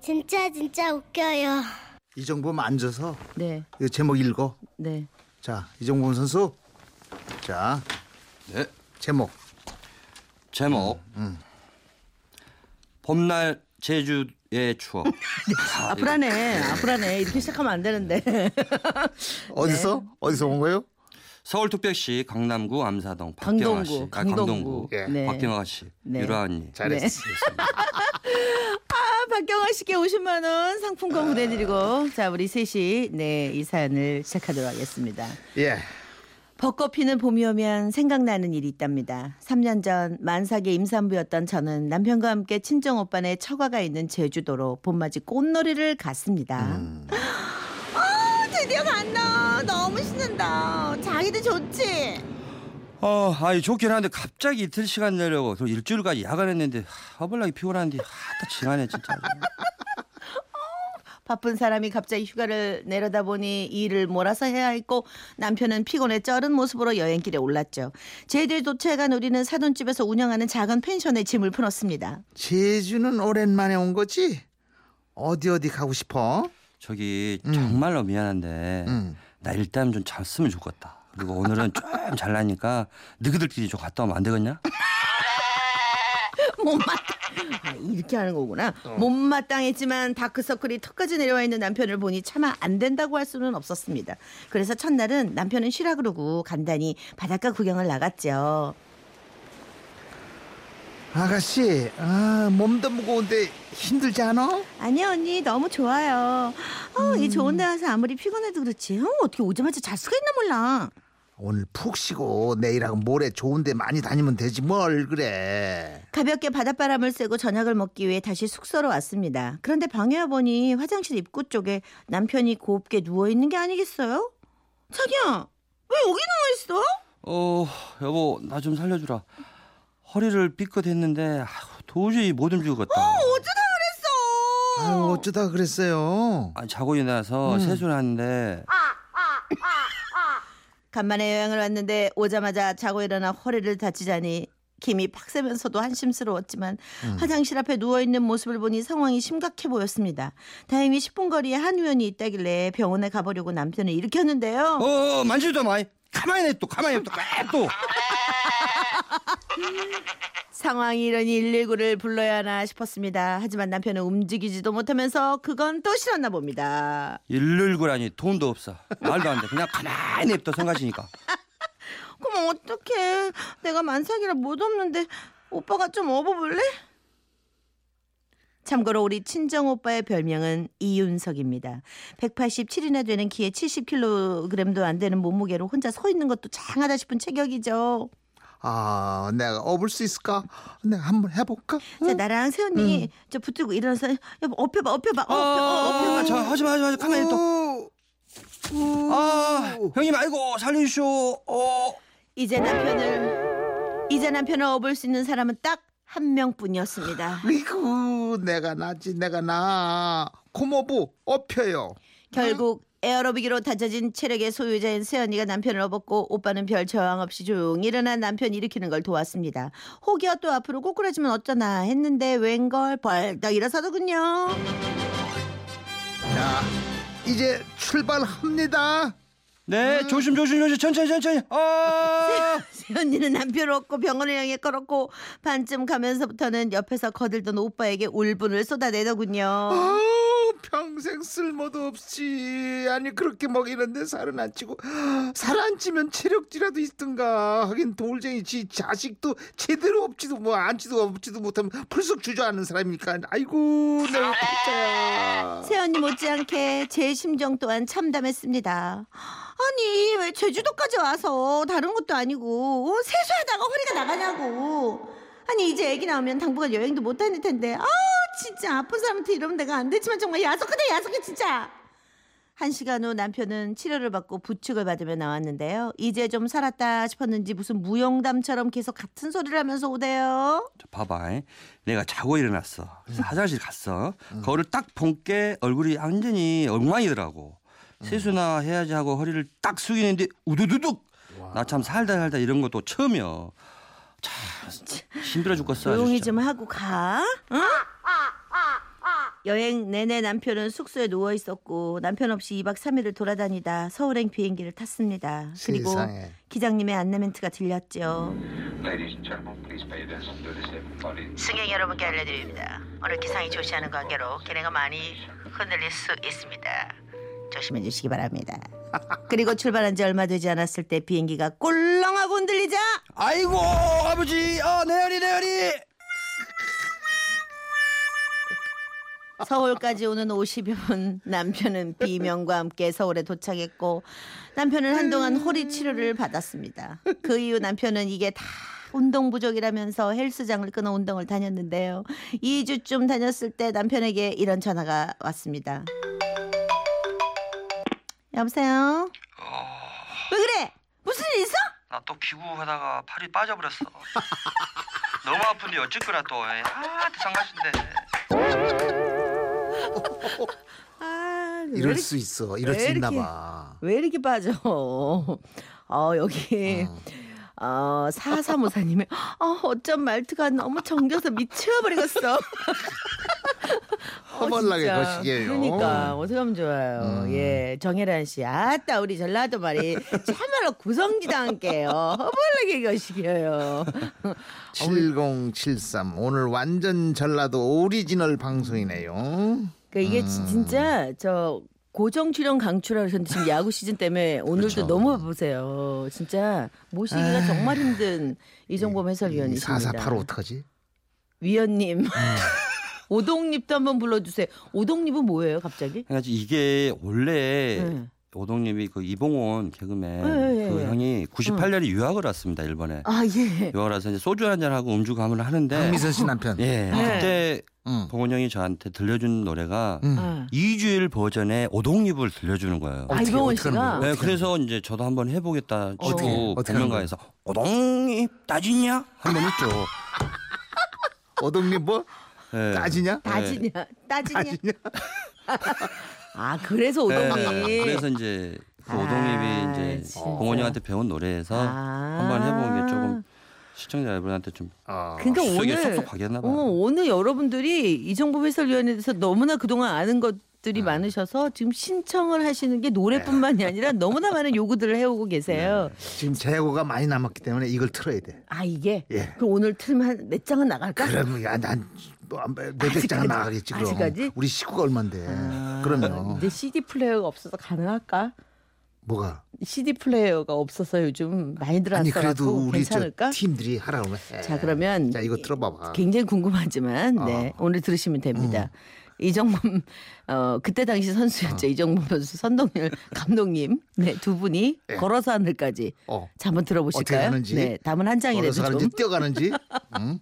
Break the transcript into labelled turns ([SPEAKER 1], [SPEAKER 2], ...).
[SPEAKER 1] 진짜 진짜 웃겨요.
[SPEAKER 2] 이정범 앉아서
[SPEAKER 3] 네,
[SPEAKER 2] 이거 제목 읽어.
[SPEAKER 3] 네.
[SPEAKER 2] 자, 이정범 선수. 자,
[SPEAKER 4] 네.
[SPEAKER 2] 제목.
[SPEAKER 4] 제목 봄날 제주의 추억.
[SPEAKER 3] 아프라네, 아프라네. 이렇게 시작하면 안 되는데. 아,
[SPEAKER 2] 어디서? 어디서 온 거예요?
[SPEAKER 4] 서울특별시 강남구 암사동 박경아 씨,
[SPEAKER 3] 강동구,
[SPEAKER 4] 아, 강동구
[SPEAKER 3] 강동구.
[SPEAKER 2] 예.
[SPEAKER 3] 네.
[SPEAKER 4] 박경아 씨,
[SPEAKER 3] 네.
[SPEAKER 4] 유라 언니.
[SPEAKER 2] 잘했어.
[SPEAKER 3] 아, 박경아 씨께 50만 원 상품권 보내드리고, 자 우리 셋이 네이 사연을 시작하도록 하겠습니다.
[SPEAKER 2] 예.
[SPEAKER 3] 벚꽃 피는 봄이 오면 생각나는 일이 있답니다. 3년 전 만삭의 임산부였던 저는 남편과 함께 친정 오빠네 처가가 있는 제주도로 봄맞이 꽃놀이를 갔습니다. 아, 드디어 간다. 너무 신난다. 자기도 좋지.
[SPEAKER 4] 어, 아이 좋긴 한데 갑자기 이틀 시간 내려고 또 일주일까지 야간했는데 허벌나게 피곤한데 하다 지나네 진짜.
[SPEAKER 3] 바쁜 사람이 갑자기 휴가를 내려다 보니 일을 몰아서 해야 했고 남편은 피곤해 쩔은 모습으로 여행길에 올랐죠. 제주에 도착한 우리는 사돈집에서 운영하는 작은 펜션에 짐을 풀었습니다.
[SPEAKER 2] 제주는 오랜만에 온 거지? 어디 어디 가고 싶어?
[SPEAKER 4] 저기 정말로 미안한데
[SPEAKER 2] 음.
[SPEAKER 4] 나 일단 좀 잤으면 좋겠다. 그리고 오늘은 좀 잘나니까 너희들끼리 좀 갔다 오면 안 되겠냐?
[SPEAKER 3] 못마땅 아, 이렇게 하는 거구나. 못마땅했지만 다크서클이 턱까지 내려와 있는 남편을 보니 차마 안 된다고 할 수는 없었습니다. 그래서 첫날은 남편은 쉬라 그러고 간단히 바닷가 구경을 나갔죠.
[SPEAKER 2] 아가씨, 아, 몸도 무거운데 힘들지 않아?
[SPEAKER 3] 아니요 언니 너무 좋아요. 어, 이 좋은 데 와서 아무리 피곤해도 그렇지. 어, 어떻게 오자마자 잘 수가 있나 몰라.
[SPEAKER 2] 오늘 푹 쉬고 내일하고 모레 좋은데 많이 다니면 되지 뭘 그래.
[SPEAKER 3] 가볍게 바닷바람을 쐬고 저녁을 먹기 위해 다시 숙소로 왔습니다. 그런데 방에 와보니 화장실 입구 쪽에 남편이 곱게 누워있는 게 아니겠어요? 자기야 왜 여기 누워있어?
[SPEAKER 4] 어 여보 나 좀 살려주라. 허리를 삐끗했는데 아휴, 도저히 못 움직였다.
[SPEAKER 2] 아유, 어쩌다 그랬어요.
[SPEAKER 4] 아, 자고 일어나서 세수를 하는데
[SPEAKER 3] 간만에 여행을 왔는데 오자마자 자고 일어나 허리를 다치자니 김이 팍 새면서도 한심스러웠지만 화장실 앞에 누워있는 모습을 보니 상황이 심각해 보였습니다. 다행히 10분 거리에 한의원이 있다길래 병원에 가보려고 남편을 일으켰는데요.
[SPEAKER 4] 어 만지지도 마이 가만히 냅둬 가만히 냅둬 가만히 냅둬
[SPEAKER 3] 상황이 이러니 119를 불러야 하나 싶었습니다. 하지만 남편은 움직이지도 못하면서 그건 또 싫었나 봅니다.
[SPEAKER 4] 119라니 돈도 없어 말도 안돼 그냥 가만히 냅둬 생각하시니까
[SPEAKER 3] 그럼 어떡해. 내가 만삭이라 못 없는데 오빠가 좀 업어볼래? 참고로 우리 친정 오빠의 별명은 이윤석입니다. 187이나 되는 키에 70kg도 안 되는 몸무게로 혼자 서 있는 것도 장하다 싶은 체격이죠.
[SPEAKER 2] 아, 내가 업을 수 있을까? 내가 한번 해볼까?
[SPEAKER 3] 자, 나랑 세연이 저 붙들고 일어나서 여보 업혀봐 업혀봐
[SPEAKER 4] 어,
[SPEAKER 3] 업혀봐 업혀봐.
[SPEAKER 4] 저 하지마 하지마 하지 가만히 냅둬
[SPEAKER 2] 또.
[SPEAKER 4] 아 형님 아이고 살려주쇼 어
[SPEAKER 3] 이제 남편을 이제 남편을 업을 수 있는 사람은 딱 한 명뿐이었습니다.
[SPEAKER 2] 이구 내가 나지 내가 나 고모부 업혀요.
[SPEAKER 3] 결국 에어로빅으로 다져진 체력의 소유자인 세연이가 남편을 업었고 오빠는 별 저항 없이 조용히 일어난 남편 일으키는 걸 도왔습니다. 혹여 또 앞으로 꼬꾸라지면 어쩌나 했는데 웬걸 벌떡 일어서더군요.
[SPEAKER 2] 자 이제 출발합니다.
[SPEAKER 4] 네 조심 조심 조심 천천히 천천히 아
[SPEAKER 3] 세연이는 남편을 업고 병원을 향해 걸었고 반쯤 가면서부터는 옆에서 거들던 오빠에게 울분을 쏟아내더군요.
[SPEAKER 2] 아우 평생 쓸모도 없지. 아니 그렇게 먹이는데 살은 안 찌고 살 안 찌면 체력지라도 있든가. 하긴 돌쟁이 지 자식도 제대로 없지도 뭐 안지도 없지도 못하면 풀썩 주저하는 사람이니까. 아이고 내가 진짜야.
[SPEAKER 3] 세연이 못지않게 제 심정 또한 참담했습니다. 아니 왜 제주도까지 와서 다른 것도 아니고 어? 세수하다가 허리가 나가냐고. 아니 이제 애기 나오면 당분간 여행도 못 다닐 텐데 아 진짜 아픈 사람한테 이러면 내가 안 되지만 정말 야속하다 야속해 진짜. 한 시간 후 남편은 치료를 받고 부축을 받으며 나왔는데요. 이제 좀 살았다 싶었는지 무슨 무용담처럼 계속 같은 소리를 하면서 오대요.
[SPEAKER 4] 저 봐봐 잉. 내가 자고 일어났어
[SPEAKER 3] 음.
[SPEAKER 4] 그래서 화장실 갔어 거울을 딱 본 게 얼굴이 완전히 엉망이더라고
[SPEAKER 3] 음.
[SPEAKER 4] 세수나 해야지 하고 허리를 딱 숙이는데 우두두둑 나 참 살다 살다 이런 것도 처음이야 참 힘들어 죽겠어 아주
[SPEAKER 3] 조용히
[SPEAKER 4] 진짜.
[SPEAKER 3] 좀 하고 가. 응? 여행 내내 남편은 숙소에 누워 있었고 남편 없이 2박 3일을 돌아다니다 서울행 비행기를 탔습니다. 그리고
[SPEAKER 2] 세상에.
[SPEAKER 3] 기장님의 안내 멘트가 들렸죠.
[SPEAKER 5] Ladies and gentlemen, please pay attention to this everybody.
[SPEAKER 6] 승객 여러분께 알려드립니다. 오늘 기상이 좋지 않은 관계로 기내가 많이 흔들릴 수 있습니다.
[SPEAKER 3] 조심해 주시기 바랍니다. 그리고 출발한 지 얼마 되지 않았을 때 비행기가 꿀렁하고 흔들리자
[SPEAKER 4] 아이고 아버지 아 내열이 내열이
[SPEAKER 3] 서울까지 오는 50분 남편은 비명과 함께 서울에 도착했고 남편은 한동안 허리 치료를 받았습니다. 그 이후 남편은 이게 다 운동 부족이라면서 헬스장을 끊어 운동을 다녔는데요. 2주쯤 다녔을 때 남편에게 이런 전화가 왔습니다. 여보세요? 왜 그래? 무슨 일 있어?
[SPEAKER 4] 나 또 기구하다가 팔이 빠져버렸어. 너무 아픈데 어쨌거나 또. 아, 대상가신데.
[SPEAKER 3] 아, 왜
[SPEAKER 2] 이럴
[SPEAKER 3] 이렇게
[SPEAKER 2] 수 있어. 이럴 수
[SPEAKER 3] 왜
[SPEAKER 2] 있나
[SPEAKER 3] 이렇게-
[SPEAKER 2] 봐.
[SPEAKER 3] 왜 이렇게 빠져? 어,
[SPEAKER 2] 아.
[SPEAKER 3] 여기. 어, 사사모사님의, 어, 어쩜 말투가 너무 정겨서 미쳐버리겠어.
[SPEAKER 2] 허벌나게
[SPEAKER 3] 어, 진짜.
[SPEAKER 2] 거시기해요. 음.
[SPEAKER 3] 그러니까, 어떻게 하면 좋아요. 예. 정혜란 씨, 아따, 우리 전라도 말이 참말로 구성지도 않게요. 허벌나게 거시기해요.
[SPEAKER 2] 7073 오늘 완전 전라도 오리지널 방송이네요.
[SPEAKER 3] 그 이게
[SPEAKER 2] 음.
[SPEAKER 3] 지- 진짜 저 고정 출연 강추라 그러셨는데 지금 야구 시즌 때문에 오늘도
[SPEAKER 2] 그렇죠.
[SPEAKER 3] 너무 보세요. 진짜 모시기가 정말 힘든 이종범 해설위원이십니다.
[SPEAKER 2] 4485 어떡하지?
[SPEAKER 3] 네.
[SPEAKER 4] 음.
[SPEAKER 3] 위원님. 오동립도 한번 불러주세요. 오동립은 뭐예요, 갑자기?
[SPEAKER 4] 그래서 이게 원래
[SPEAKER 3] 네.
[SPEAKER 4] 오동님이 그 이봉원 개그맨
[SPEAKER 3] 네, 네,
[SPEAKER 4] 그
[SPEAKER 3] 네.
[SPEAKER 4] 형이 98년에 유학을 왔습니다 일본에.
[SPEAKER 3] 아 예.
[SPEAKER 4] 유학을 와서 이제 소주 한 잔 하고 음주 가문을 하는데.
[SPEAKER 2] 박미선 씨 남편.
[SPEAKER 4] 예.
[SPEAKER 3] 네.
[SPEAKER 4] 그때
[SPEAKER 2] 응.
[SPEAKER 4] 봉원 형이 저한테 들려준 노래가
[SPEAKER 2] 음.
[SPEAKER 3] 아,
[SPEAKER 4] 이주일 버전의 오동잎을 들려주는 거예요.
[SPEAKER 3] 아,
[SPEAKER 2] 어떻게,
[SPEAKER 3] 이병헌
[SPEAKER 2] 어떻게 하는
[SPEAKER 3] 씨가?
[SPEAKER 2] 거예요?
[SPEAKER 4] 네, 그래서 이제 저도 한번 해보겠다
[SPEAKER 2] 어떻게,
[SPEAKER 4] 싶고
[SPEAKER 2] 어떻게 하는
[SPEAKER 4] 공연가에서 오동잎 따지냐 한번 했죠.
[SPEAKER 2] 어동님 뭐
[SPEAKER 4] 네.
[SPEAKER 2] 따지냐?
[SPEAKER 3] 따지냐, 따지냐.
[SPEAKER 2] 따지냐?
[SPEAKER 3] 아 그래서 오동립.
[SPEAKER 4] 네, 그래서 이제 그
[SPEAKER 3] 아,
[SPEAKER 4] 오동립이 이제
[SPEAKER 3] 진짜.
[SPEAKER 4] 공원이한테 배운 노래에서
[SPEAKER 3] 아.
[SPEAKER 4] 한번 해보는 게 조금 시청자 여러분한테 좀
[SPEAKER 2] 어.
[SPEAKER 3] 그러니까
[SPEAKER 4] 속에
[SPEAKER 3] 오늘
[SPEAKER 4] 아, 쏙쏙 박였나
[SPEAKER 3] 어,
[SPEAKER 4] 봐요.
[SPEAKER 3] 오늘 여러분들이 이정범 해설위원에 대해서 너무나 그동안 아는 것들이
[SPEAKER 4] 음.
[SPEAKER 3] 많으셔서 지금 신청을 하시는 게
[SPEAKER 4] 예.
[SPEAKER 3] 노래뿐만이 아니라 너무나 많은 요구들을 해오고 계세요.
[SPEAKER 4] 네.
[SPEAKER 2] 지금 재고가 많이 남았기 때문에 이걸 틀어야 돼.
[SPEAKER 3] 아 이게
[SPEAKER 2] 예.
[SPEAKER 3] 그럼 오늘 틀면 한 몇 장은 나갈까?
[SPEAKER 2] 그러면 난몇백 장은
[SPEAKER 3] 아직까지?
[SPEAKER 2] 나가겠지 그럼.
[SPEAKER 3] 아직까지? 아.
[SPEAKER 2] 우리 식구가 얼만데. 그러면
[SPEAKER 3] 근데 CD 플레이어가 없어서 가능할까?
[SPEAKER 2] 뭐가?
[SPEAKER 3] CD 플레이어가 없어서 요즘 많이 들어왔어
[SPEAKER 2] 아니 그래도
[SPEAKER 3] 갖고
[SPEAKER 2] 우리 저
[SPEAKER 3] 괜찮을까?
[SPEAKER 2] 팀들이 하라 그러면 해.
[SPEAKER 3] 자 그러면
[SPEAKER 2] 자 이거 들어봐봐. 어.
[SPEAKER 3] 굉장히 궁금하지만 네 오늘 들으시면 됩니다. 이정범 어 그때 당시
[SPEAKER 2] 어.
[SPEAKER 3] 선수였죠 이정범 선수 선동열 감독님 네 두 분이 걸어서 하늘까지
[SPEAKER 2] 어.
[SPEAKER 3] 자 한번 들어보실까요?
[SPEAKER 2] 어떻게 가는지?
[SPEAKER 3] 네 담은 한 장이라도
[SPEAKER 2] 걸어서
[SPEAKER 3] 좀
[SPEAKER 2] 가는지 뛰어가는지. 응?